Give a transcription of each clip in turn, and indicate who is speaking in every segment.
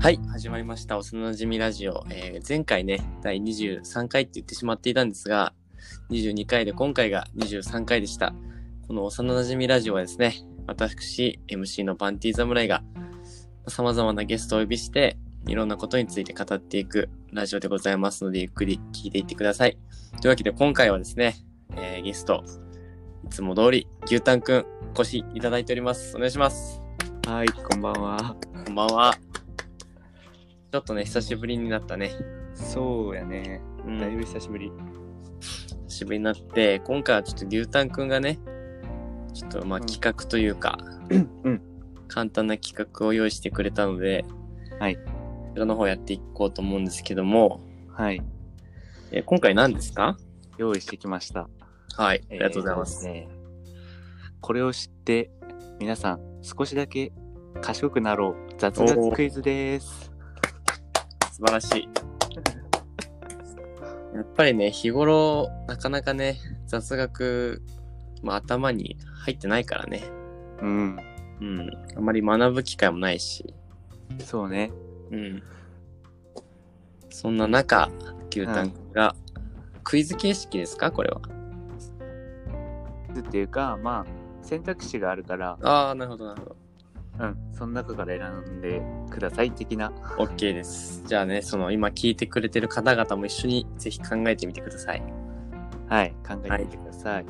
Speaker 1: はい、始まりました。幼なじみラジオ。えー前回ね、第23回って言ってしまっていたんですが、22回で今回が23回でした。この幼なじみラジオはですね、私、MC のバンティ侍が、様々なゲストをお呼びして、いろんなことについて語っていくラジオでございますので、ゆっくり聞いていってください。というわけで今回はですね、えーゲスト、いつも通り牛タンくん、お越しいただいております。お願いします。
Speaker 2: はい、こんばんは。
Speaker 1: こんばんは。ちょっとね、久しぶりになったね。
Speaker 2: そうやね。
Speaker 1: うん
Speaker 2: だいぶ久しぶり。
Speaker 1: 久しぶりになって、今回はちょっと牛タンくんがね、ちょっとまあ
Speaker 2: うん
Speaker 1: 企画というか、
Speaker 2: うん
Speaker 1: 簡単な企画を用意してくれたので、
Speaker 2: はい
Speaker 1: こちらの方やっていこうと思うんですけども、
Speaker 2: はい、
Speaker 1: えー今回何ですか
Speaker 2: 用意してきました。
Speaker 1: はい、あ
Speaker 2: えー
Speaker 1: りがとうございます。
Speaker 2: そうでねこれを知って、皆さん、少しだけ賢くなろう。雑
Speaker 1: お
Speaker 2: 学
Speaker 1: ー
Speaker 2: クイズです。
Speaker 1: 素晴らしい。やっぱりね、日頃、なかなかね、雑学、まあ頭に入ってないからね。
Speaker 2: うん、
Speaker 1: うん、あまり学ぶ機会もないし、
Speaker 2: そうね。
Speaker 1: うん。そんな中、牛タン君が、クイズ形式ですかこれは。
Speaker 2: っていうか、まあ、選択肢があるから、
Speaker 1: ああ、なるほど、なるほど。
Speaker 2: うん、その中から選んでください的な。
Speaker 1: OK です。じゃあね、その今聞いてくれてる方々も一緒にぜひ考えてみてください。
Speaker 2: はい、考えてみてください。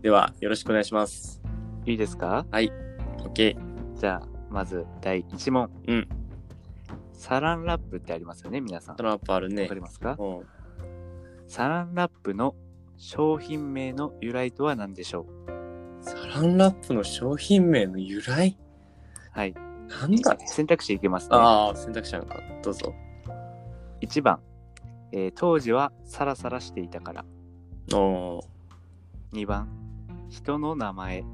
Speaker 1: では、よろしくお願いします。
Speaker 2: い、いですか
Speaker 1: OK。
Speaker 2: じゃあ、まず第1問。
Speaker 1: うん。
Speaker 2: サランラップってありますよね、皆さん。
Speaker 1: ト
Speaker 2: わ
Speaker 1: ランプあるね
Speaker 2: か。りますか
Speaker 1: うん
Speaker 2: サランラップの商品名の由来とは何でしょう
Speaker 1: サランラップの商品名の由来
Speaker 2: はい。
Speaker 1: なんだね。
Speaker 2: 選択肢いけますね。
Speaker 1: ああ、選択肢あるのか。どうぞ。
Speaker 2: 1番、えー当時はサラサラしていたから。
Speaker 1: おー
Speaker 2: 2番、人の名前。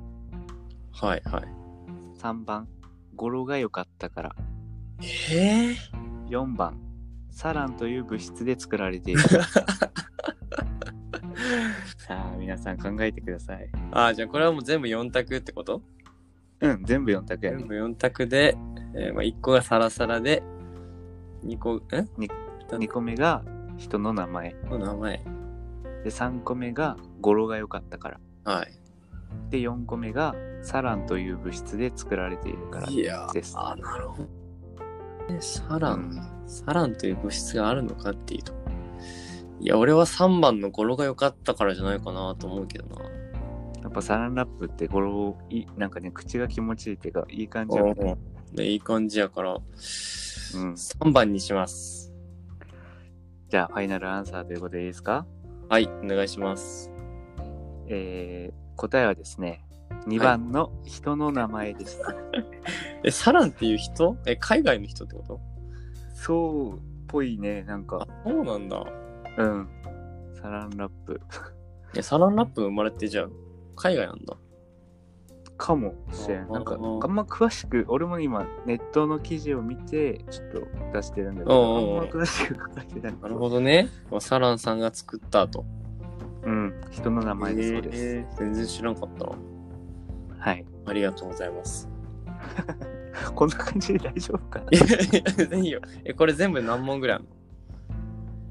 Speaker 1: はいはい。
Speaker 2: 3番、語呂が良かったから。
Speaker 1: ええ
Speaker 2: 4番、サランという物質で作られて いる。さあ、皆さん考えてください。
Speaker 1: ああ、じゃあこれはもう全部4択ってこと
Speaker 2: うん、全部4択や
Speaker 1: 全
Speaker 2: ね。
Speaker 1: 部4択で、えーまあ、1個がサラサラで、2個、ん
Speaker 2: 2個目が人の名前。
Speaker 1: の名前。
Speaker 2: で、3個目が語呂が良かったから。
Speaker 1: はい。
Speaker 2: で4個目がサランという物質で作られているから
Speaker 1: いや
Speaker 2: です。
Speaker 1: あなるほど。えサラ
Speaker 2: う
Speaker 1: ン、
Speaker 2: ん
Speaker 1: サランという物質があるのかっていうと。いや、俺は3番の語呂が良かったからじゃないかなと思うけどな。
Speaker 2: やっぱサランラップって語呂いいなんかね口が気持ちいいっていうかいい感じやから
Speaker 1: でいい感じやから、3番にします。
Speaker 2: じゃあファイナルアンサーということでいいですか、
Speaker 1: はい、お願いします。
Speaker 2: えー、答えはですね2番の人の名前でした、
Speaker 1: え、サランっていう人え、海外の人ってこと
Speaker 2: そうっぽいねなんか
Speaker 1: あ、そうなんだ。
Speaker 2: うんサランラップ
Speaker 1: え、サランラップ生まれてじゃあ、海外なんだ。
Speaker 2: かもしれ
Speaker 1: あ
Speaker 2: ん
Speaker 1: ー
Speaker 2: なんかあんま詳しく俺も今ネットの記事を見てちょっと出してるんだけど
Speaker 1: おうおうおう
Speaker 2: あんま詳しく書かれてない
Speaker 1: なるほどね。まあサランさんが作ったと。
Speaker 2: うん、人の名前だそうです。
Speaker 1: えー全然知らんかったな。
Speaker 2: はい。
Speaker 1: ありがとうございます。
Speaker 2: こんな感じで大丈夫かない
Speaker 1: やいや全然いいよ。え、これ全部何問ぐらいあるの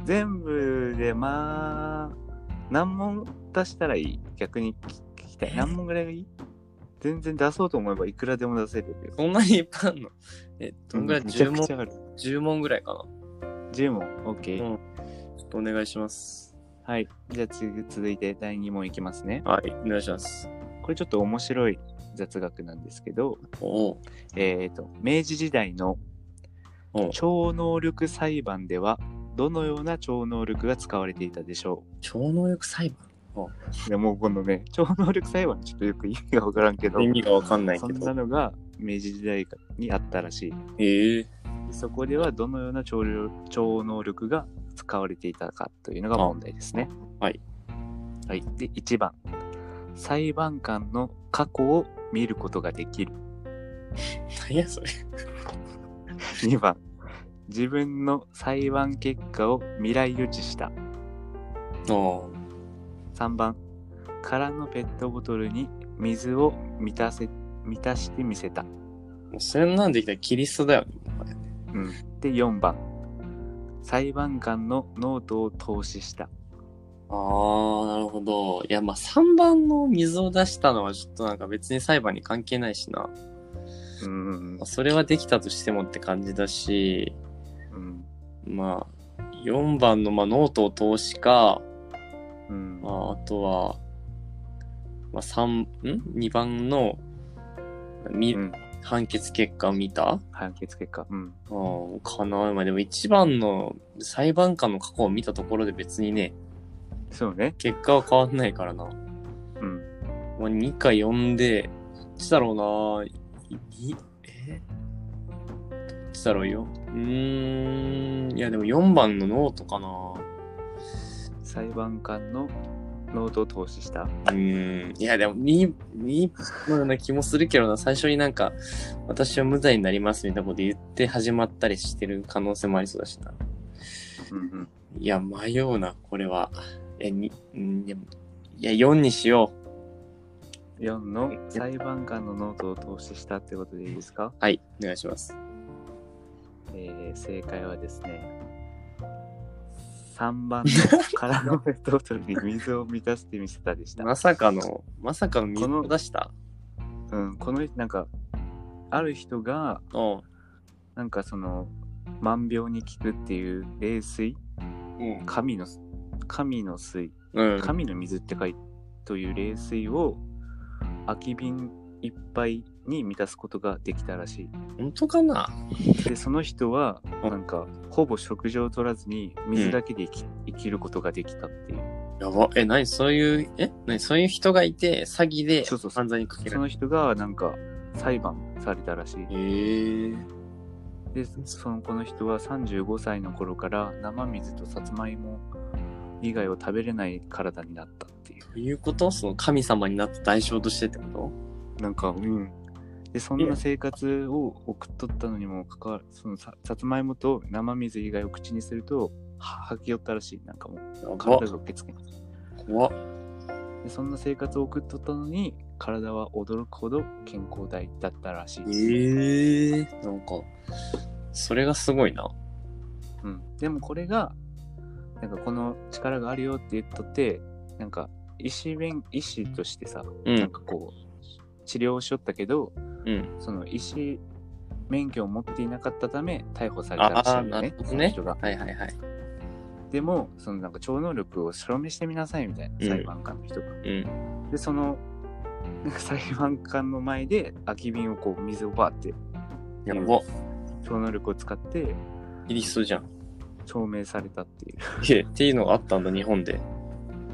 Speaker 2: 全部で、まあ、何問出したらいい逆に聞きたい。何問ぐらいがいい全然出そうと思えばいくらでも出せるけど。
Speaker 1: そんなにいっぱいあるのえ、どんぐらい
Speaker 2: めちゃ
Speaker 1: ?10
Speaker 2: くち
Speaker 1: 問、
Speaker 2: ゃある。
Speaker 1: 10問ぐらいかな。
Speaker 2: 10問。OK。
Speaker 1: うんちょっとお願いします。
Speaker 2: はい。じゃあ次、続いて第2問いきますね。
Speaker 1: はい、お願いします。
Speaker 2: これちょっと面白い雑学なんですけど、
Speaker 1: おお。
Speaker 2: えっ、と、明治時代の
Speaker 1: おう
Speaker 2: 超能力裁判では、どのような超能力が使われていたでしょう
Speaker 1: 超能力裁
Speaker 2: いやもうこのね超能力裁判ちょっとよく意味が分からんけど
Speaker 1: 判意味がわかんない
Speaker 2: そ
Speaker 1: け
Speaker 2: んな
Speaker 1: ど。
Speaker 2: のが明治時代にあったらしい
Speaker 1: ええ
Speaker 2: でそこではどのような超能超能力が使われていたかというのが問題ですね
Speaker 1: はい、
Speaker 2: はい、で1番裁判官の過去を見ることができる
Speaker 1: 何やそれ。
Speaker 2: 2番自分の裁判結果を未来予知した
Speaker 1: おお。
Speaker 2: 3番空のペットボトルに水を満たせ満たしてみせた
Speaker 1: もうそんなんできたらキリストだよね。
Speaker 2: うん、で4番裁判官のノートを投資した
Speaker 1: ああ、なるほど。いや、まあ、3番の水を出したのはちょっとなんか別に裁判に関係ないしな。
Speaker 2: うん
Speaker 1: まあ、それはできたとしてもって感じだし、
Speaker 2: うん
Speaker 1: まあ、4番の、まあ、ノートを投資か、
Speaker 2: うん
Speaker 1: まあ、あとは、まあ、三ん ?2 番の、み、
Speaker 2: うん
Speaker 1: 判決結果を見た
Speaker 2: 判決結果うん
Speaker 1: うん、かな。まあ、でも1番の裁判官の過去を見たところで別にね、
Speaker 2: そうね
Speaker 1: 結果は変わんないからな。
Speaker 2: うん
Speaker 1: まあ、2か4で、どっちだろうな。いえどっちだろうよ。うーん、いやでも4番のノートかな。
Speaker 2: 裁判官のノートを投資した
Speaker 1: うーん、いやでも2、2のような気もするけどな、最初になんか、私は無罪になりますみたいなこと言って始まったりしてる可能性もありそうだしな。
Speaker 2: うん
Speaker 1: いや、迷うな、これは。え、に、うんでも、いや、4にしよう。
Speaker 2: うん4の裁判官のノートを投資したってことでいいですか、
Speaker 1: はい、お願いします。
Speaker 2: えー、正解はですね3番 の空のペットボトルに水を満たしてみせたでした
Speaker 1: まさかの、まさかの水
Speaker 2: この
Speaker 1: を出した
Speaker 2: うん、この人なんかある人が
Speaker 1: うん。
Speaker 2: なんかその万病に効くっていう霊水
Speaker 1: うん。
Speaker 2: 神の神の水
Speaker 1: うん。
Speaker 2: 神の水って書いという霊水を空き瓶いっぱいに満たすことができたらし
Speaker 1: 本当かない
Speaker 2: でその人は
Speaker 1: うん
Speaker 2: なんかほぼ食事を取らずに水だけで生き,、生きることができたっていう
Speaker 1: やば。え、何そういう、え何そういう人がいて、詐欺で
Speaker 2: そうそうそう
Speaker 1: 犯罪にかけ
Speaker 2: そ
Speaker 1: られ
Speaker 2: の人がなんか裁判されたらしい
Speaker 1: る。へえ。
Speaker 2: でそのこの人は35歳の頃から生水とさつまいも以外を食べれない体になったっていう
Speaker 1: ということその神様になった代償としてってこ
Speaker 2: なんかうんでそんな生活を送っとったのにもかかわらずそのささつまいもと生水以外を口にするとは吐き寄ったらしいなんかもう
Speaker 1: とやば
Speaker 2: 体。が受け付けない
Speaker 1: 怖っ
Speaker 2: でそんな生活を送っとったのに体は驚くほど健康体だったらしい
Speaker 1: ええ。なんか、それがすごいな。
Speaker 2: うん、でもこれがなんかこの力があるよって言っとってなんか医師弁医師としてさ、
Speaker 1: う
Speaker 2: なん
Speaker 1: ん。
Speaker 2: かこう治療しよったけど
Speaker 1: うん。
Speaker 2: その医師免許を持っていなかったため逮捕された
Speaker 1: あ
Speaker 2: らしい
Speaker 1: あ、
Speaker 2: よ
Speaker 1: なる
Speaker 2: ね
Speaker 1: ほど
Speaker 2: その
Speaker 1: ね
Speaker 2: 人が。
Speaker 1: はいはいはい。
Speaker 2: でもそのなんか超能力を証明してみなさいみたいな
Speaker 1: うん
Speaker 2: 裁判官の人が、
Speaker 1: うん。
Speaker 2: でそのなんか裁判官の前で空き瓶をこう水をバーって
Speaker 1: やば。
Speaker 2: 超能力を使って
Speaker 1: キリストじゃん。
Speaker 2: 証明されたって
Speaker 1: え、
Speaker 2: いう
Speaker 1: っていうのがあったんだ、日本で。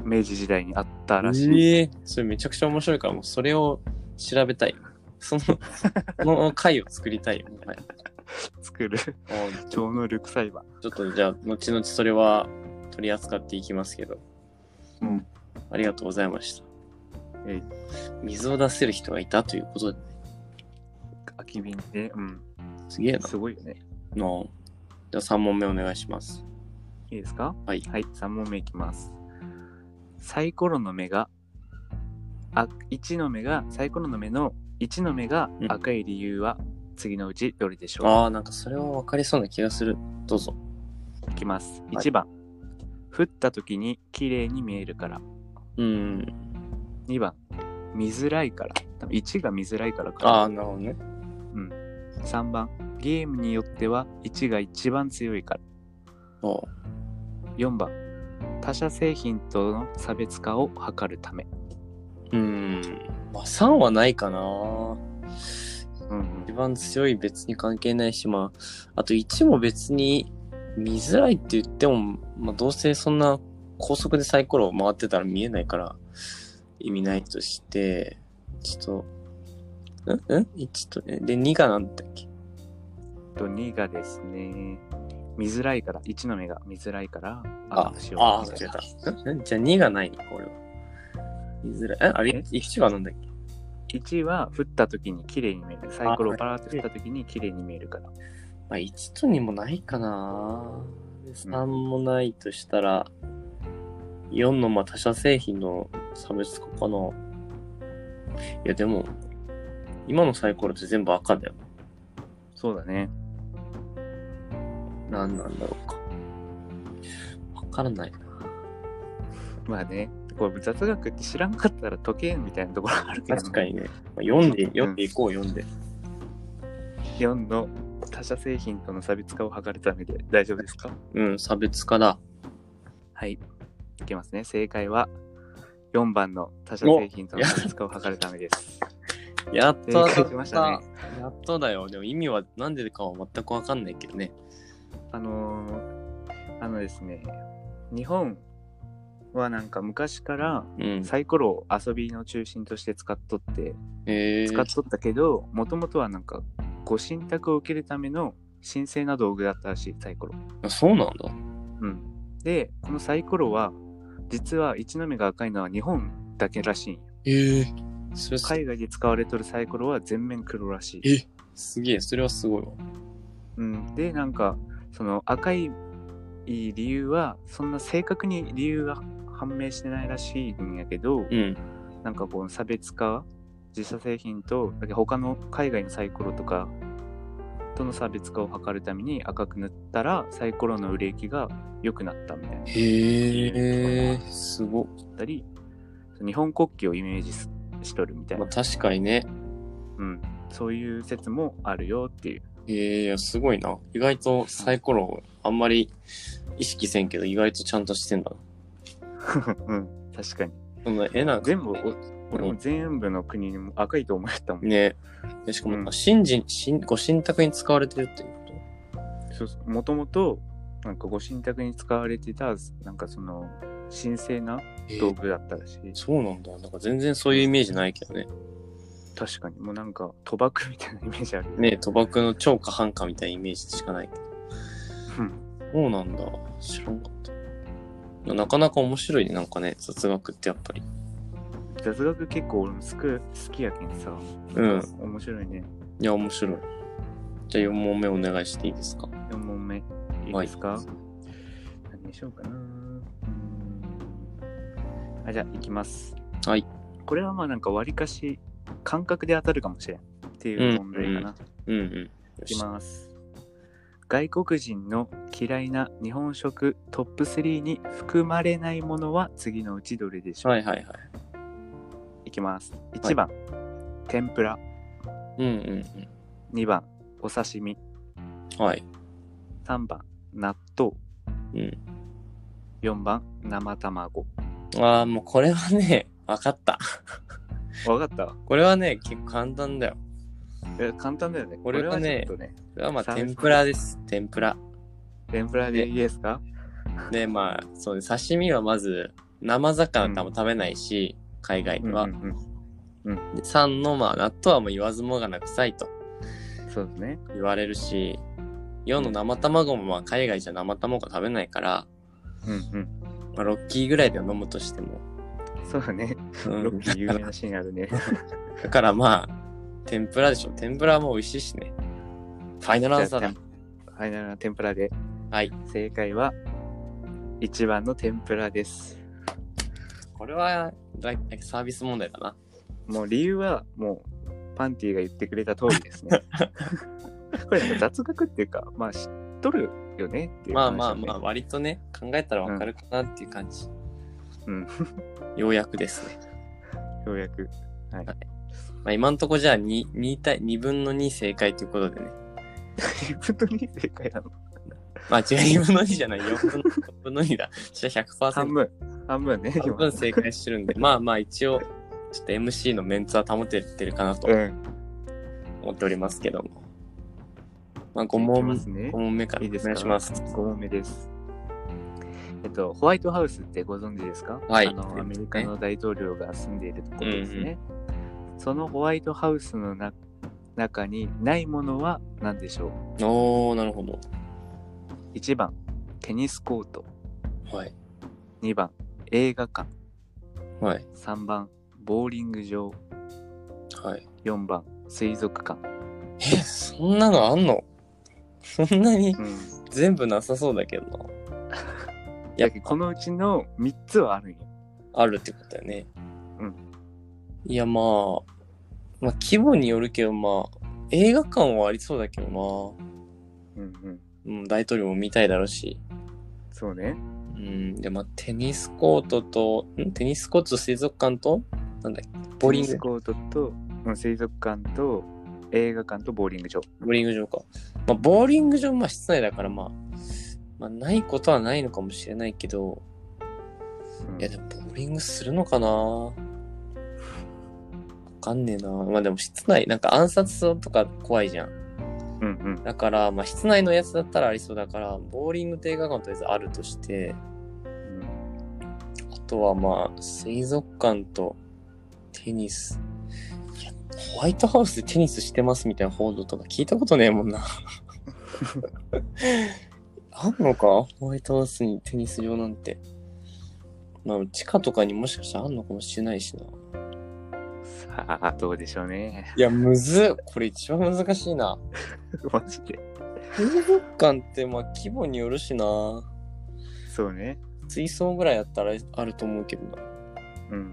Speaker 2: 明治時代にあったらしい、
Speaker 1: ええ。それめちゃくちゃ面白いから、もうそれを調べたい。 その、その回を作りたいよ。はい
Speaker 2: 作る
Speaker 1: あー
Speaker 2: 超能力裁判
Speaker 1: ちょっとじゃあ、後々それは取り扱っていきますけど。
Speaker 2: うん。
Speaker 1: ありがとうございました。
Speaker 2: えい
Speaker 1: 水を出せる人がいたということで、
Speaker 2: 空き瓶で、うん、
Speaker 1: すげえな。
Speaker 2: すごいよね。
Speaker 1: のじゃあ3問目お願いします。
Speaker 2: いいですか
Speaker 1: はい
Speaker 2: はい、3問目いきます。サイコロの目が、あ、1の目が、サイコロの目の1の目が
Speaker 1: うん
Speaker 2: 赤い理由は次のうちどれでしょう、
Speaker 1: ああ、なんかそれは分かりそうな気がする。どうぞ。
Speaker 2: いきます。1番、降った時に綺麗に見えるから。
Speaker 1: うん。
Speaker 2: 2番、見づらいから。多分1が見づらいから
Speaker 1: あ
Speaker 2: か
Speaker 1: あ、なるほどね。
Speaker 2: な。3番、ゲームによっては1が一番強いから。
Speaker 1: おう
Speaker 2: 4番、他社製品との差別化を図るため。
Speaker 1: うん。まあ3はないかな。
Speaker 2: うんうん
Speaker 1: 一番強い別に関係ないし、まあ、あと1も別に見づらいって言っても、まあどうせそんな高速でサイコロを回ってたら見えないから意味ないとして、ちょっと、んん ?1 と、えで2がなんだっけ
Speaker 2: えっと2がですね、見づらいから、1の目が見づらいから、
Speaker 1: あ
Speaker 2: し、よう
Speaker 1: ああ、
Speaker 2: み
Speaker 1: 間
Speaker 2: たい
Speaker 1: 違
Speaker 2: な
Speaker 1: えた。んんじゃあ2がないのこれは。見づらい。えあれ
Speaker 2: え
Speaker 1: ?1 はなんだっけ
Speaker 2: 1は振った時に綺麗に見える。サイコロを
Speaker 1: あ
Speaker 2: パラーって振った時に綺麗に見えるから。
Speaker 1: まあ1と2もないかな。で3もないとしたら、4のまあ他社製品の差別化かな。いやでも、今のサイコロって全部赤だよ。
Speaker 2: そうだね。
Speaker 1: 何なんだろうか。わからないな。
Speaker 2: まあね、これ雑学って知らんかったら解けんみたいなところあるけど、
Speaker 1: 確か。にね。まあ読んで、読んでいこう、読んで。
Speaker 2: 4の他社製品との差別化を図るためで大丈夫ですか
Speaker 1: うん、差別化だ。
Speaker 2: はい。いきますね。正解は4番の他社製品との差別化を図るためです。
Speaker 1: やっと当
Speaker 2: 正解したましたね
Speaker 1: やっとだよ。でも意味はなんでかは全くわかんないけどね。
Speaker 2: あのーあのですね、日本はなんか昔から
Speaker 1: うん。
Speaker 2: サイコロを遊びの中心として使っとって、
Speaker 1: えー、
Speaker 2: 使っとったけど、もともとはなんかご信託を受けるための申請な道具だったらしい、サイコロ。
Speaker 1: あそうなんだ。
Speaker 2: うん、でこのサイコロは実は一の目が赤いのは日本だけらしいんよ
Speaker 1: ええー。それす,、
Speaker 2: 海外で使われとるサイコロは全面黒らしい、
Speaker 1: えすげえ、それはすごいわ。
Speaker 2: うん、でなんかその赤い理由はそんな正確に理由が判明してないらしいんやけど、
Speaker 1: うん。
Speaker 2: なんかこう差別化自社製品とだけ他の海外のサイコロとかとの差別化を図るために赤く塗ったらサイコロの売れ行きが良くなったみたいな
Speaker 1: へえー、すごっ。
Speaker 2: だったり日本国旗をイメージししとるみたい
Speaker 1: まあ、
Speaker 2: な、
Speaker 1: 確かにね。
Speaker 2: うん、そういう説もあるよっていう
Speaker 1: ええいや、すごいな。意外とサイコロ、あんまり意識せんけど、意外とちゃんとしてんだな。
Speaker 2: うん確かに
Speaker 1: その絵なんか
Speaker 2: 全部お俺も全部の国にも赤いと思ったもん、
Speaker 1: ね。でしかも、
Speaker 2: うん
Speaker 1: 新人、新、ご神託に使われてるっていうこ
Speaker 2: そうそうもともとなんかご神託に使われてたなんかその神聖な
Speaker 1: と
Speaker 2: 道具だったらしい、
Speaker 1: そうなんだ。なんか全然そういうイメージないけどね。
Speaker 2: 確かにもうなんか賭博みたいなイメージあるよ
Speaker 1: ね賭博の超か半かみたいなイメージしかないけど。
Speaker 2: うん
Speaker 1: そうなんだ。知らんかった。なかなか面白いね、なんかね、雑学ってやっぱり。
Speaker 2: 雑学結構俺も好く好きやけんさ、
Speaker 1: うん。
Speaker 2: 面白いね
Speaker 1: いや、面白い。じゃあ4問目お願いしていいですか。
Speaker 2: 4問目いいですか、何でしょうかなうーんあじゃあいきます
Speaker 1: はい
Speaker 2: これはまあなんか割かし感覚で当たるかもしれんっていう問題かな、
Speaker 1: うんうんうんうん。よ
Speaker 2: い
Speaker 1: し
Speaker 2: きます外国人の嫌いな日本食トップ3に含まれないものは次のうちどれでしょう、
Speaker 1: はいはいはい。
Speaker 2: いきます1番、天ぷら
Speaker 1: うんうん
Speaker 2: 2番お刺身
Speaker 1: うん。はい。
Speaker 2: 3番納豆
Speaker 1: うん。
Speaker 2: 4番生卵
Speaker 1: ああ、もうこれはね、 わかった。
Speaker 2: わかった
Speaker 1: これはね、結構簡単だよ。
Speaker 2: え簡単だよね。
Speaker 1: 俺はね
Speaker 2: これはちょっとね、
Speaker 1: これはまあ、
Speaker 2: サービス
Speaker 1: 天ぷらです。天ぷら。
Speaker 2: 天ぷらでいいですか
Speaker 1: で、まあ、そうね、刺身はまず、生魚ってあんま食べないし、海外では。
Speaker 2: うんうん
Speaker 1: で3の、まあ、納豆はもう言わずもがな臭いと
Speaker 2: うんそうですね。
Speaker 1: 言われるし、4の生卵もまあ、海外じゃ生卵食べないから、
Speaker 2: うん
Speaker 1: まあ、ロッキーぐらいで飲むとしても。
Speaker 2: うん。そうだね。
Speaker 1: うん
Speaker 2: ロッキー有名なシーンあるね。
Speaker 1: だからまあ、天ぷらでしょ。天ぷらはもう美味しいしね。ファイナルアンサーだ。
Speaker 2: ファイナルな天ぷらで。
Speaker 1: はい。
Speaker 2: 正解は1番の天ぷらです。
Speaker 1: これは、だいサービス問題だな。
Speaker 2: もう理由はもうパンティが言ってくれた通りです ね。これなんか雑学っていうか、まあ知っとるよねっていう
Speaker 1: まあ
Speaker 2: 話だね、
Speaker 1: まあまあ、割とね、考えたらわかるかなっていう感じ。
Speaker 2: うん。
Speaker 1: ようやくですね。
Speaker 2: ようやく。
Speaker 1: まあ、今んとこじゃあ 2, 2対、2分の2正解ということでね。
Speaker 2: 自分の2正解なの。
Speaker 1: まあ違う、2分の2じゃない。4分の ,4 分の2だ。じゃあ100%。
Speaker 2: 半分。半分ね。
Speaker 1: 半分正解してるんで、まあまあ一応、ちょっと MC のメンツは保ててるかなと
Speaker 2: 今うん。
Speaker 1: 思っておりますけども。まあ5
Speaker 2: いき
Speaker 1: 問
Speaker 2: ま
Speaker 1: 目
Speaker 2: す
Speaker 1: 5。
Speaker 2: ね
Speaker 1: 問目から
Speaker 2: いい
Speaker 1: お
Speaker 2: ですか
Speaker 1: 願いします。
Speaker 2: 5問目です。えっと、ホワイトハウスってご存知ですか
Speaker 1: はい
Speaker 2: あの、アメリカの大統領が住んでいるところですね。そのホワイトハウスのな中にないものは何でしょ
Speaker 1: おー、なるほど。
Speaker 2: う ?1 番、テニスコート。
Speaker 1: はい。
Speaker 2: 2番、映画館。
Speaker 1: はい。
Speaker 2: 3番、ボーリング場。
Speaker 1: はい。
Speaker 2: 4番、水族館。
Speaker 1: え、そんなのあんのそんなに
Speaker 2: うん。
Speaker 1: 全部なさそうだけど な。
Speaker 2: いや、このうちの3つはあるんよ。
Speaker 1: あるってことだよね。
Speaker 2: うん。
Speaker 1: いや、まあ、まあ、規模によるけど、まあ、映画館はありそうだけど
Speaker 2: うんう
Speaker 1: な。
Speaker 2: ん。
Speaker 1: うん、大統領も見たいだろうし。
Speaker 2: そうね。
Speaker 1: うん、で、まあ、テニスコートと、んテニスコートと水族館と、なんだっけ、ボーリン
Speaker 2: テニス
Speaker 1: グ、
Speaker 2: コートと、うん水族館と、映画館とボーリング場。
Speaker 1: ボーリング場か。まあ、ボーリング場、まあ、室内だから、まあ、まあ、ないことはないのかもしれないけど、
Speaker 2: うん
Speaker 1: いや、でも、ボーリングするのかなわかんねえな。まあ、でも、室内、なんか暗殺とか怖いじゃん。
Speaker 2: うんうん。
Speaker 1: だから、まあ、室内のやつだったらありそうだから、ボーリングと映画館はとりあえずあるとして、
Speaker 2: うん
Speaker 1: あとはまあ、水族館とテニス。いや、ホワイトハウスでテニスしてますみたいな報道とか聞いたことねえもんな。 あんのかホワイトハウスにテニス場なんて。まあ、地下とかにもしかしたらあんのかもしれないしな。
Speaker 2: さあ、どうでしょうね。
Speaker 1: いや、むずっこれ一番難しいな。
Speaker 2: マジで。
Speaker 1: 水族館ってまあ、規模によるしな。
Speaker 2: そうね。
Speaker 1: 水槽ぐらいあったらあると思うけどな。
Speaker 2: うん。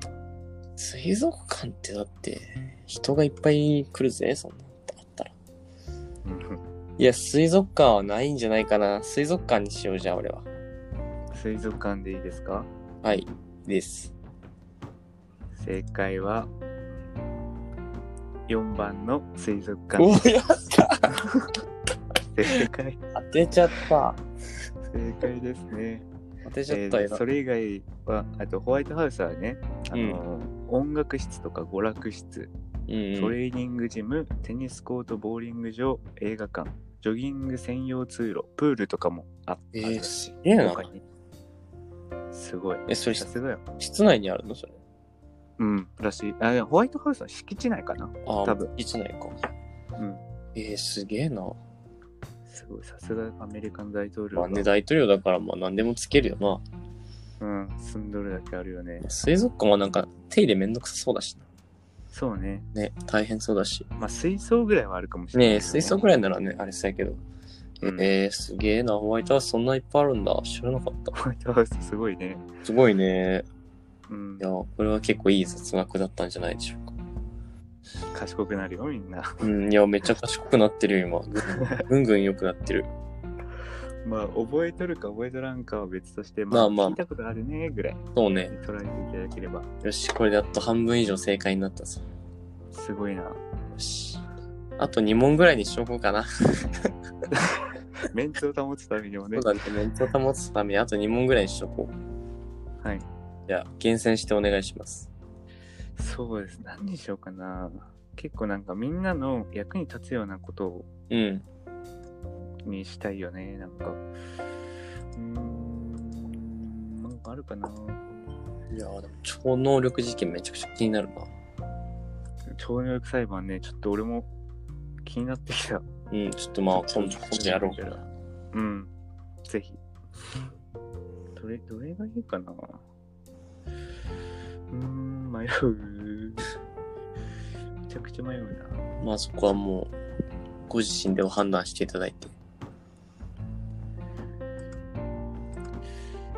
Speaker 1: 水族館ってだって人がいっぱい来るぜそんなことあったら
Speaker 2: うん
Speaker 1: いや水族館はないんじゃないかな水族館にしようじゃあ俺は
Speaker 2: 水族館でいいですか
Speaker 1: はいです
Speaker 2: 正解は、4番の水族館
Speaker 1: お。やった
Speaker 2: 正解。
Speaker 1: 当てちゃった
Speaker 2: 正解ですね。
Speaker 1: 当てちゃった
Speaker 2: え
Speaker 1: よ、
Speaker 2: ーそれ以外は、あとホワイトハウスはね、あの音楽室とか娯楽室、
Speaker 1: うん
Speaker 2: ト
Speaker 1: うん
Speaker 2: レーニングジム、テニスコート、ボーリング場、映画館、ジョギング専用通路、プールとかもあっ
Speaker 1: え
Speaker 2: た
Speaker 1: ー、すげえな
Speaker 2: に。すごい。
Speaker 1: えそれ
Speaker 2: さすがよ。
Speaker 1: 室内にあるのそれ
Speaker 2: うん、らしい。あいやホワイトハウスは敷地内かな。
Speaker 1: ああ
Speaker 2: 多分
Speaker 1: 室内か
Speaker 2: うん。
Speaker 1: えー、すげえな、
Speaker 2: すごい。さすがアメリカン大統領
Speaker 1: ま
Speaker 2: が
Speaker 1: あ、ね大統領だからまあ何でもつけるよな
Speaker 2: うん、住んどるだけあるよね。
Speaker 1: 水族館はなんか手入れめんどくさそうだし
Speaker 2: そうね。
Speaker 1: なね大変そうだし
Speaker 2: まあ、水槽ぐらいはあるかもしれない、
Speaker 1: ねえ、水槽ぐらいならね、あれさやけど。
Speaker 2: うん
Speaker 1: えー、すげえな、ホワイトハウスそんないっぱいあるんだ。知らなかった。
Speaker 2: ホワイトハウスすごいね。
Speaker 1: すごいね。
Speaker 2: うん
Speaker 1: いや、、これは結構いい雑学だったんじゃないでしょう
Speaker 2: 賢くなるよ、みんな。
Speaker 1: か。うん、いや、めっちゃ賢くなってる よ、今。ぐんぐん良くなってる。
Speaker 2: まあ、覚えとるか覚えとらんかは別として、
Speaker 1: まあまあ
Speaker 2: 聞いたことあるね、ぐらい
Speaker 1: そうね。
Speaker 2: 捉えていただければ。
Speaker 1: よし、これであと半分以上正解になったぞ。
Speaker 2: すごいな。
Speaker 1: よし。あと2問ぐらいにしとこうかな。そ
Speaker 2: メンツを保つためにもね
Speaker 1: う。だね。メンツを保つためにあと2問ぐらいにしとこう。
Speaker 2: はい。
Speaker 1: じゃあ、厳選してお願いします。
Speaker 2: そうです。何にしようかな。結構なんかみんなの役に立つようなことを
Speaker 1: うん。
Speaker 2: にしたいよね、なんか。うーん、なんかあるかな。
Speaker 1: いや、でも超能力事件めちゃくちゃ気になるな。
Speaker 2: 超能力裁判ね、ちょっと俺も気になってきた。
Speaker 1: うん、ちょっとまあ、
Speaker 2: ちょ
Speaker 1: 今
Speaker 2: っ
Speaker 1: 度
Speaker 2: と
Speaker 1: 今度やろう。
Speaker 2: うん。ぜひ。どれ、どれがいいかなうーん、迷う。めちゃくちゃ迷うな。
Speaker 1: まあそこはもう、ご自身で判断していただいて。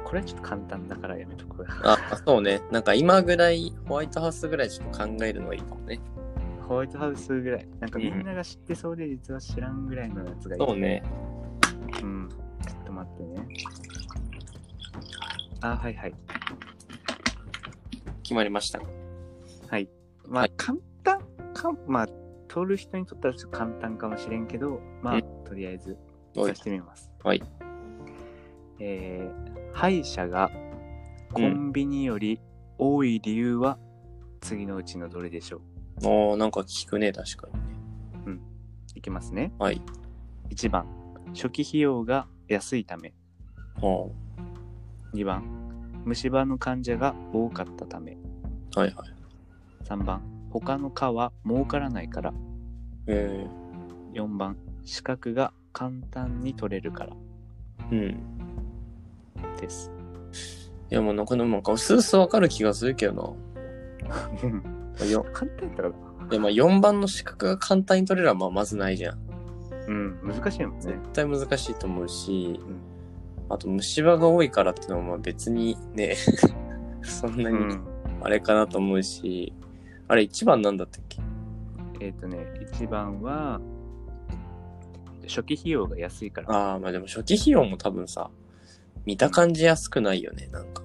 Speaker 2: これはちょっと簡単だからやめとくわ。
Speaker 1: あ、あそうね。なんか今ぐらい、ホワイトハウスぐらいちょっと考えるのがいいかもね。
Speaker 2: ホワイトハウスぐらい。なんかみんなが知ってそうで、実は知らんぐらいのやつがいい。
Speaker 1: そうね。
Speaker 2: うん。ちょっと待ってね。あ、はいはい。
Speaker 1: 決まりました。
Speaker 2: はい。まあ、
Speaker 1: はい
Speaker 2: 簡単か、まあ、通る人にとったらちょっと簡単かもしれんけど、ま
Speaker 1: う
Speaker 2: あ、とりあえず、
Speaker 1: おい
Speaker 2: 出し。てみます。
Speaker 1: はい。
Speaker 2: えー、歯医者がコンビニより多い理由は次のうちのどれでしょう、
Speaker 1: おーなんか聞くね、確かに。
Speaker 2: いきますね。
Speaker 1: はい。
Speaker 2: 1番、初期費用が安いため。
Speaker 1: は
Speaker 2: 2番、虫歯の患者が多かったため。
Speaker 1: あ、はいはい。
Speaker 2: 3番、他の科は儲からないから。
Speaker 1: え
Speaker 2: 4番資格が簡単に取れるから
Speaker 1: ー、うん。
Speaker 2: です。
Speaker 1: いや、もうなんか、なんか、うすうすわかる気がするけどな。よ
Speaker 2: 簡単だからな。
Speaker 1: いや、まあ4番の資格が簡単に取れるのは、まあまずないじゃん。
Speaker 2: うん、難しいもん
Speaker 1: 絶
Speaker 2: ね。
Speaker 1: 対難しいと思うし、
Speaker 2: ん
Speaker 1: あと虫歯が多いからってのは、まあ別にね、 そんな
Speaker 2: う
Speaker 1: に
Speaker 2: ん、
Speaker 1: あれかなと思うし、あれ一番なんだったっけ
Speaker 2: えっ、とね、1番は、って初期費用が安いから
Speaker 1: ああ、まあでも初期費用も多分さ、見た感じ安くないよね、なんか。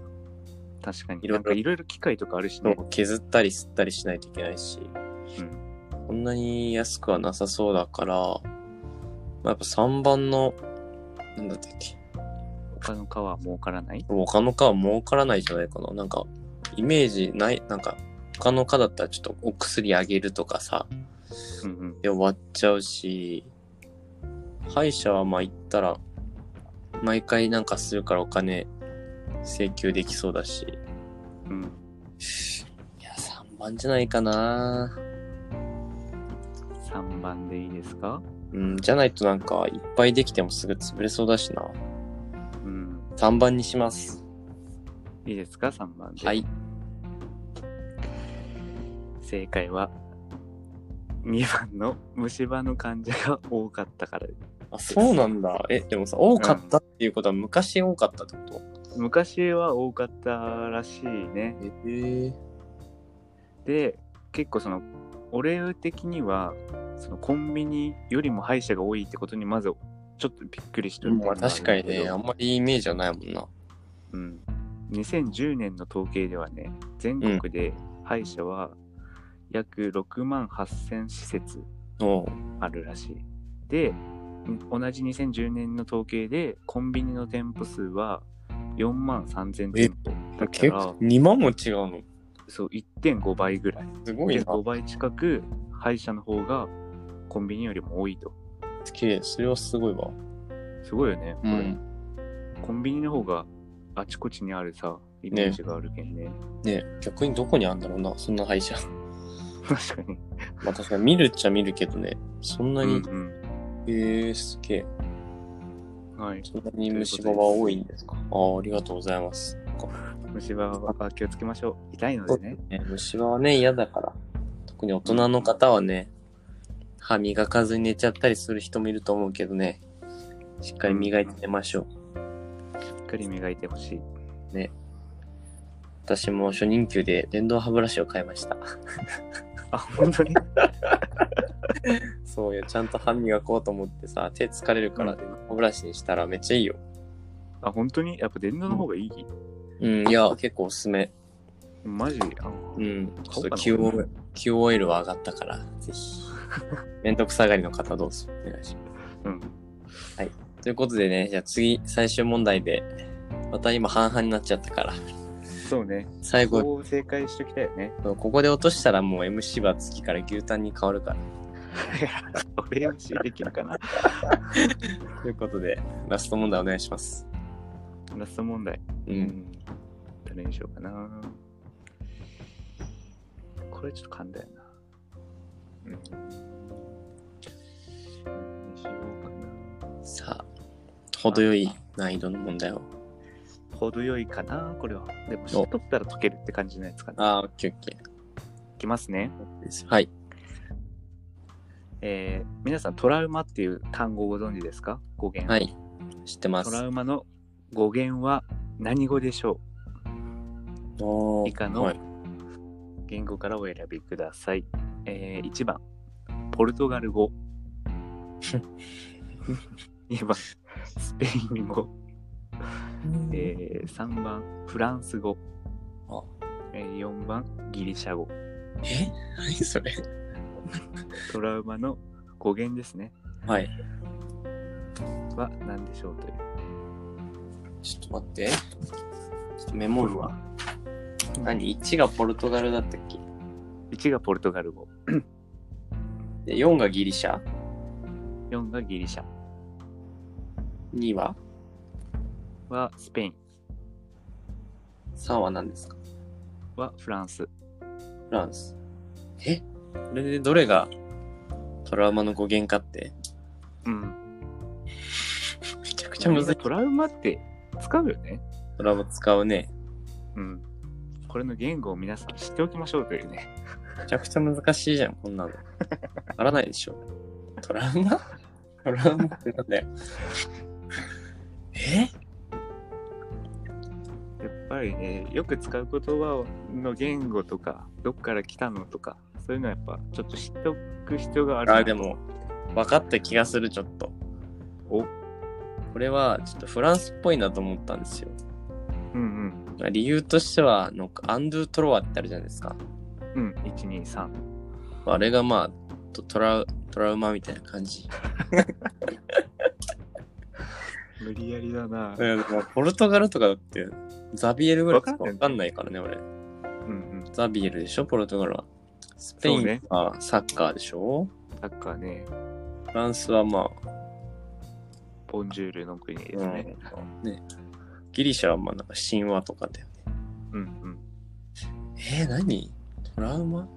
Speaker 2: 確かに
Speaker 1: い
Speaker 2: い
Speaker 1: ろいろ
Speaker 2: ろいろ機械とかあるし
Speaker 1: そ
Speaker 2: ね
Speaker 1: う削ったり吸ったりしないといけないし、
Speaker 2: うん
Speaker 1: こんなに安くはなさそうだから、まあ、やっぱ3番の、なんだったっけ、
Speaker 2: 他の科は儲からない
Speaker 1: 他の科は儲からないじゃないかな。なんか、イメージない、なんか、他の科だったらちょっとお薬あげるとかさ、
Speaker 2: うんうん
Speaker 1: で終わっちゃうし、歯医者はまあ行ったら、毎回なんかするからお金請求できそうだし、
Speaker 2: うん
Speaker 1: いや、3番じゃないかな。
Speaker 2: 3番でいいですか
Speaker 1: うん、じゃないとなんか、いっぱいできてもすぐ潰れそうだしな。
Speaker 2: うん
Speaker 1: 3番にします。
Speaker 2: いいですか3番で
Speaker 1: はい。
Speaker 2: 正解は2番の虫歯の患者が多かったから
Speaker 1: あ、そうなんだ。え、でもさ、多かったっていうことは昔多かったってこと
Speaker 2: 昔は多かったらしいね
Speaker 1: へえ。
Speaker 2: で結構その俺的にはそのコンビニよりも歯医者が多いってことにまずちょっとびっくりしてるっていう
Speaker 1: ま
Speaker 2: の
Speaker 1: あ
Speaker 2: がる
Speaker 1: 確
Speaker 2: ん
Speaker 1: か
Speaker 2: だけ
Speaker 1: に
Speaker 2: ど
Speaker 1: ね、あんまりイメージはないもんな。
Speaker 2: うん、2010年の統計ではね全国で歯医者は約6万8000施設
Speaker 1: おう
Speaker 2: あるらしいで同じ2010年の統計でコンビニの店舗数は4万3000店舗だか
Speaker 1: 結
Speaker 2: ら
Speaker 1: 構、2万も違うの。
Speaker 2: そう1.5倍ぐらい
Speaker 1: すごいな。
Speaker 2: 5倍近く歯医者の方がコンビニよりも多いと
Speaker 1: 綺麗。それはすごいわ。
Speaker 2: すごいよね、こ
Speaker 1: う
Speaker 2: れ
Speaker 1: ん。
Speaker 2: コンビニの方があちこちにあるさイメージがあるけんね
Speaker 1: ね逆にどこにあんだろうな、そんな歯医者。
Speaker 2: 確かに
Speaker 1: まあ確かに見るっちゃ見るけどね、そんなに、
Speaker 2: うん
Speaker 1: へえすげえ。
Speaker 2: うんはい
Speaker 1: そんなに虫歯は多いんですかああ、ありがとうございます。
Speaker 2: 虫歯は気をつけましょう痛いのでね
Speaker 1: ね、虫歯はね、嫌だから。特に大人の方はね、歯磨かずに寝ちゃったりする人もいると思うけどね、しっかり磨いて寝ましょう。
Speaker 2: しっかり磨いてほしい
Speaker 1: 私も初任給で電動歯ブラシを買いました。
Speaker 2: あ本当に
Speaker 1: そうよ、ちゃんと歯磨こうと思ってさ、手疲れるから
Speaker 2: うん
Speaker 1: 電動歯ブラシにしたらめっちゃいいよ。
Speaker 2: あ本当にやっぱ電動の方がいい、
Speaker 1: うん、いや、結構おすすめ。
Speaker 2: マジあ
Speaker 1: うん、ちょっと
Speaker 2: 買おうかな
Speaker 1: QOL, QOL は上がったから、ぜ ひ。めんどくさがりの方どうぞお願いしま
Speaker 2: うん
Speaker 1: す。ということでね、じゃあ次、最終問題で、また今半々になっちゃったから、
Speaker 2: そうね
Speaker 1: 最後、
Speaker 2: こう正解しときたいよね
Speaker 1: ここで落としたらもう MC は月から牛タンに変わるから。
Speaker 2: 俺 MC できるかな
Speaker 1: ということで、ラスト問題お願いします。
Speaker 2: ラスト問題
Speaker 1: う。
Speaker 2: うんん誰にしようかなこれちょっと噛んだよなうん何にしようか
Speaker 1: さあ、程よい難易度の問題を。
Speaker 2: な程よいかなこれはでも知っとったら解けるって感じのやつかな
Speaker 1: あー、オッケーオッケ
Speaker 2: いきますね
Speaker 1: ーです。はい。
Speaker 2: えー皆さんトラウマっていう単語をご存知ですか語源
Speaker 1: はい。知ってま
Speaker 2: ト
Speaker 1: す。
Speaker 2: ラウマの語源は何語でしょ
Speaker 1: お
Speaker 2: う
Speaker 1: ー
Speaker 2: 以下の
Speaker 1: はい
Speaker 2: 言語からお選びください。え1番、ポルトガ ル語。2番、スペイン語。え3番、フランス語
Speaker 1: あ。
Speaker 2: え4番、ギリシャ語。
Speaker 1: え何それ
Speaker 2: トラウマの語源ですね。
Speaker 1: はい。
Speaker 2: は何でしょうという。
Speaker 1: ちょっと待って。ちょっとメモるわ。何 ?1 がポルトガルだったっけ
Speaker 2: ?1 がポルトガル語。
Speaker 1: で ?4 がギリシャ
Speaker 2: 4がギリシャ。
Speaker 1: ?2 は
Speaker 2: はスペイン。
Speaker 1: ?3 は何ですか
Speaker 2: はフランス。
Speaker 1: フランス。えこれでどれがトラウマの語源かって
Speaker 2: うん。
Speaker 1: めちゃくちゃ
Speaker 2: み
Speaker 1: む
Speaker 2: ん
Speaker 1: ず。
Speaker 2: ないトラウマって使うよね。
Speaker 1: トラウマ使うね。
Speaker 2: うん。これの言語を皆さん知っておきましょうというね。
Speaker 1: めちゃくちゃ難しいじゃん、こんなの。わからないで しょ。トラウマトラウマってなんだよ。え
Speaker 2: やっぱりね、よく使う言葉の言語とか、どっから来たのとか、そういうのはやっぱちょっと知っておく必要があるな
Speaker 1: あ、でも、分かった気がする、ちょっと。
Speaker 2: お、うん
Speaker 1: これはちょっとフランスっぽいなと思ったんですよ。
Speaker 2: うん。
Speaker 1: まあ理由としては、あのアンドゥトロワってあるじゃないですか。
Speaker 2: うん、1、2、3。
Speaker 1: あれがまあトトラウ、トラウマみたいな感じ。
Speaker 2: 無理やりだな。
Speaker 1: いやでもポルトガルとかだって、ザビエルぐらいしか
Speaker 2: わかんない
Speaker 1: わかんないからね、俺。
Speaker 2: うんうん。
Speaker 1: ザビエルでしょ、ポルトガルは。スペイ
Speaker 2: そう
Speaker 1: ン
Speaker 2: ね
Speaker 1: はサッカーでしょ、
Speaker 2: サッカーね、
Speaker 1: フランスはまあ、
Speaker 2: ボンジュールの国ですね。
Speaker 1: うんねギリシャはまあなんか神話とかだよね。
Speaker 2: うんうん。
Speaker 1: えー、何トラウマ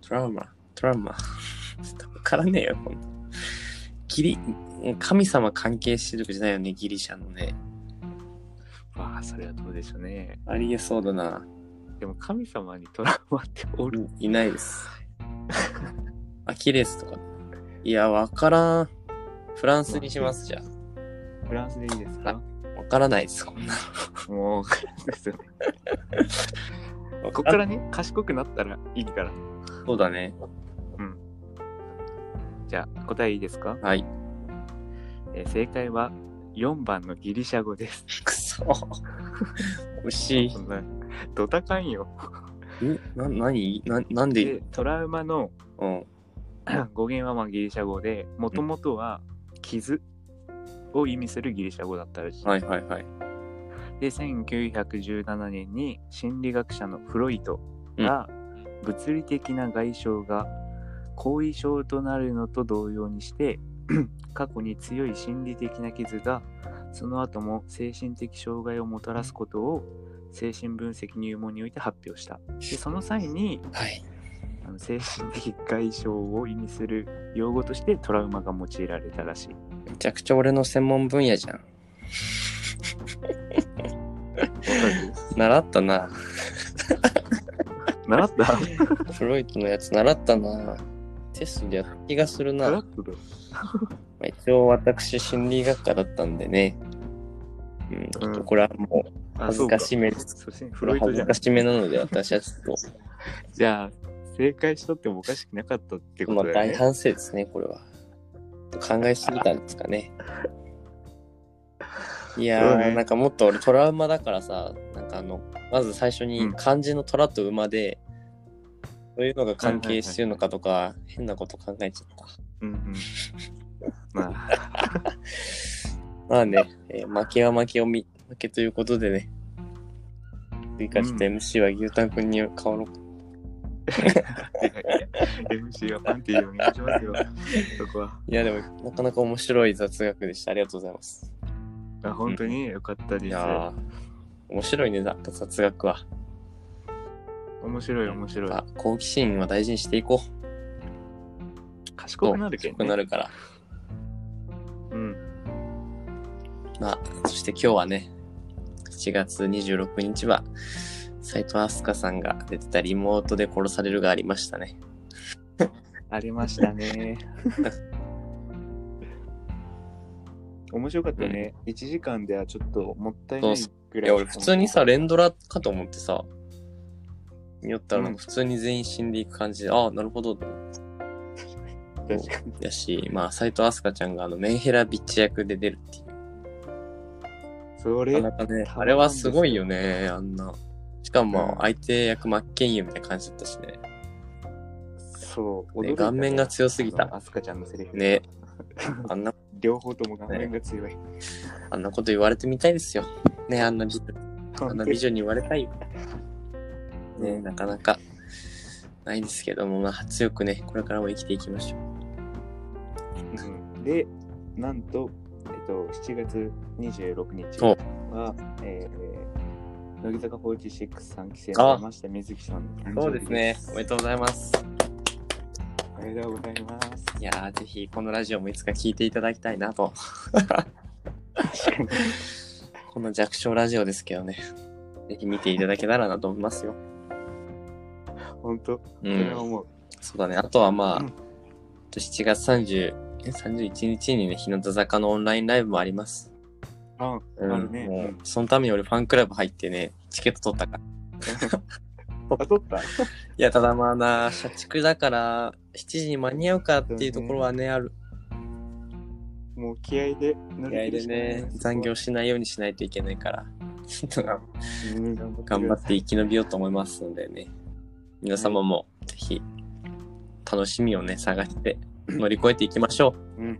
Speaker 1: トラウマトラウマ わからねえよ、こんな。ギリ、神様関係してるわけじゃないよね、ギリシャのね。
Speaker 2: わあ、それはどうでしょうね。
Speaker 1: ありえそうだな。
Speaker 2: でも神様にトラウマっておる。
Speaker 1: いないです。 アキレスとか。いや、わからん。フランスにします、じゃ
Speaker 2: フランスでいいですか
Speaker 1: あ。わからないです、こんな。
Speaker 2: もう、ですよねこっからね、賢くなったらいいから。
Speaker 1: そうだね。
Speaker 2: じゃあ、答えいいですか、
Speaker 1: はい。
Speaker 2: えー正解は4番のギリシャ語です。
Speaker 1: く そ。惜しい
Speaker 2: そ。んな、ドタカンよ。
Speaker 1: んな、なにな、なんで
Speaker 2: で、トラウマの
Speaker 1: うん。
Speaker 2: 語源はまあギリシャ語で、もともとは傷を意味するギリシャ語だったらしい。
Speaker 1: はいはいはい。
Speaker 2: で、1917年に心理学者のフロイトが、物理的な外傷が後遺症となるのと同様にして、 過去に強い心理的な傷が、その後も精神的障害をもたらすことを精神分析入門において発表した。で、その際に、
Speaker 1: はい。
Speaker 2: あの精神的外傷を意味する用語としてトラウマが用いられたらしい。
Speaker 1: めちゃくちゃ俺の専門分野じゃん。習ったな。
Speaker 2: 習った
Speaker 1: フロイトのやつ習ったな。テストでやった気がするな。
Speaker 2: 習
Speaker 1: ま
Speaker 2: っただ
Speaker 1: あ一応私心理学科だったんでね。うん、ちょっとこれはもう
Speaker 2: あ
Speaker 1: 恥
Speaker 2: そ
Speaker 1: ず
Speaker 2: うか
Speaker 1: かしめ、
Speaker 2: そしてフロイト
Speaker 1: 恥
Speaker 2: じ
Speaker 1: ず
Speaker 2: ゃな
Speaker 1: か
Speaker 2: い。
Speaker 1: しめなので私はちょっ
Speaker 2: じゃあ、正解しとってもおかしくなかったって
Speaker 1: と、
Speaker 2: こ
Speaker 1: まあ
Speaker 2: とだ
Speaker 1: 大
Speaker 2: よね。
Speaker 1: 反省ですね、これは。考えすぎたんですかね。いや
Speaker 2: そう
Speaker 1: ー、
Speaker 2: ね
Speaker 1: なんかもっと俺トラウマだからさ、なんかあの、まず最初
Speaker 2: う
Speaker 1: に
Speaker 2: ん
Speaker 1: 漢字の虎と馬で、そういうのが関係してるのかとか、変なこと考えちゃった。
Speaker 2: うんうん。まあ、
Speaker 1: まあね、えー負けは負けをみ、負けということでね。追加して MC は牛タン君に変わろうか。
Speaker 2: MC はパンティーでお願いしますよ。そこは。
Speaker 1: いや、でも、なかなか面白い雑学でした。ありがとうございます。
Speaker 2: あ本当に良かった
Speaker 1: い
Speaker 2: です。
Speaker 1: やー、面白いね、だ雑学は。
Speaker 2: 面白い、面白い。
Speaker 1: あ好奇心は大事にしていこう。
Speaker 2: 賢くなるけん
Speaker 1: く
Speaker 2: ね。
Speaker 1: なるから。
Speaker 2: うん。
Speaker 1: まあ、そして今日はね、7月26日は、斎藤飛鳥さんが出てたリモートで殺されるがありましたね。
Speaker 2: ありましたね。面白かったね。一1時間ではちょっともったいないぐ
Speaker 1: い
Speaker 2: らい。
Speaker 1: や、俺普通にさ、連ドラかと思ってさ、見よったらなんか普通に全員死んでいく感じで、ああ、なるほど。
Speaker 2: 確かに
Speaker 1: やし、まあ、斎藤飛鳥ちゃんがあの、メンヘラビッチ役で出るっていう。
Speaker 2: それ、
Speaker 1: なかなかね、
Speaker 2: たまらん
Speaker 1: あれはすごいよね、
Speaker 2: で
Speaker 1: あんな。しか
Speaker 2: う
Speaker 1: も
Speaker 2: ん、
Speaker 1: 相手役真剣佑みたいな感じだったしね。
Speaker 2: そう、
Speaker 1: ね顔面が強すぎた
Speaker 2: アスカちゃんのセリフ。
Speaker 1: ね。あんな、
Speaker 2: 両方とも顔面が強い。
Speaker 1: あんなこと言われてみたいですよ。ね、あんな美女、あんな美女に言われたいよ。ね、なかなか、ないですけども、まあ、強くね、これからも生きていきましょう。
Speaker 2: うんで、なんと、えっと、7月26日
Speaker 1: お
Speaker 2: は、えー、乃木坂46さん期生の山下美月さんの誕
Speaker 1: そう
Speaker 2: 生
Speaker 1: で
Speaker 2: 日
Speaker 1: すね。おめでとうございます。
Speaker 2: おめでとうございます。
Speaker 1: いやー、ぜひこのラジオもいつか聞いていただきたいなと。この弱小ラジオですけどね。ぜひ見ていただけたらなと思いますよ。
Speaker 2: 本当、そうれは
Speaker 1: ん。
Speaker 2: 思う。
Speaker 1: そうだね。あとはまあ、
Speaker 2: うん
Speaker 1: 7月30、え31日にね、日向坂のオンラインライブもあります。
Speaker 2: あ、
Speaker 1: うん、
Speaker 2: あるね
Speaker 1: も
Speaker 2: う、
Speaker 1: うんそのために俺ファンクラブ入ってね、チケット取ったから。
Speaker 2: あ、取った
Speaker 1: いや、ただまあな、社畜だから、7時に間に合うかっていうところはね、ある。
Speaker 2: もう気合で乗
Speaker 1: 気合
Speaker 2: り切る
Speaker 1: で
Speaker 2: しかない
Speaker 1: ね、残業しないようにしないといけない から、ちょっと
Speaker 2: うん頑張って
Speaker 1: 頑張って
Speaker 2: い
Speaker 1: 生き延びようと思いますのでね、皆様もぜひ、楽しみをね、探して乗り越えていきましょう。
Speaker 2: うんは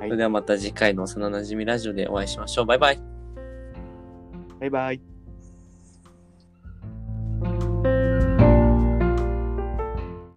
Speaker 1: そ
Speaker 2: い
Speaker 1: れではまた次回の幼なじみラジオでお会いしましょう。バイバイ。
Speaker 2: バイバイ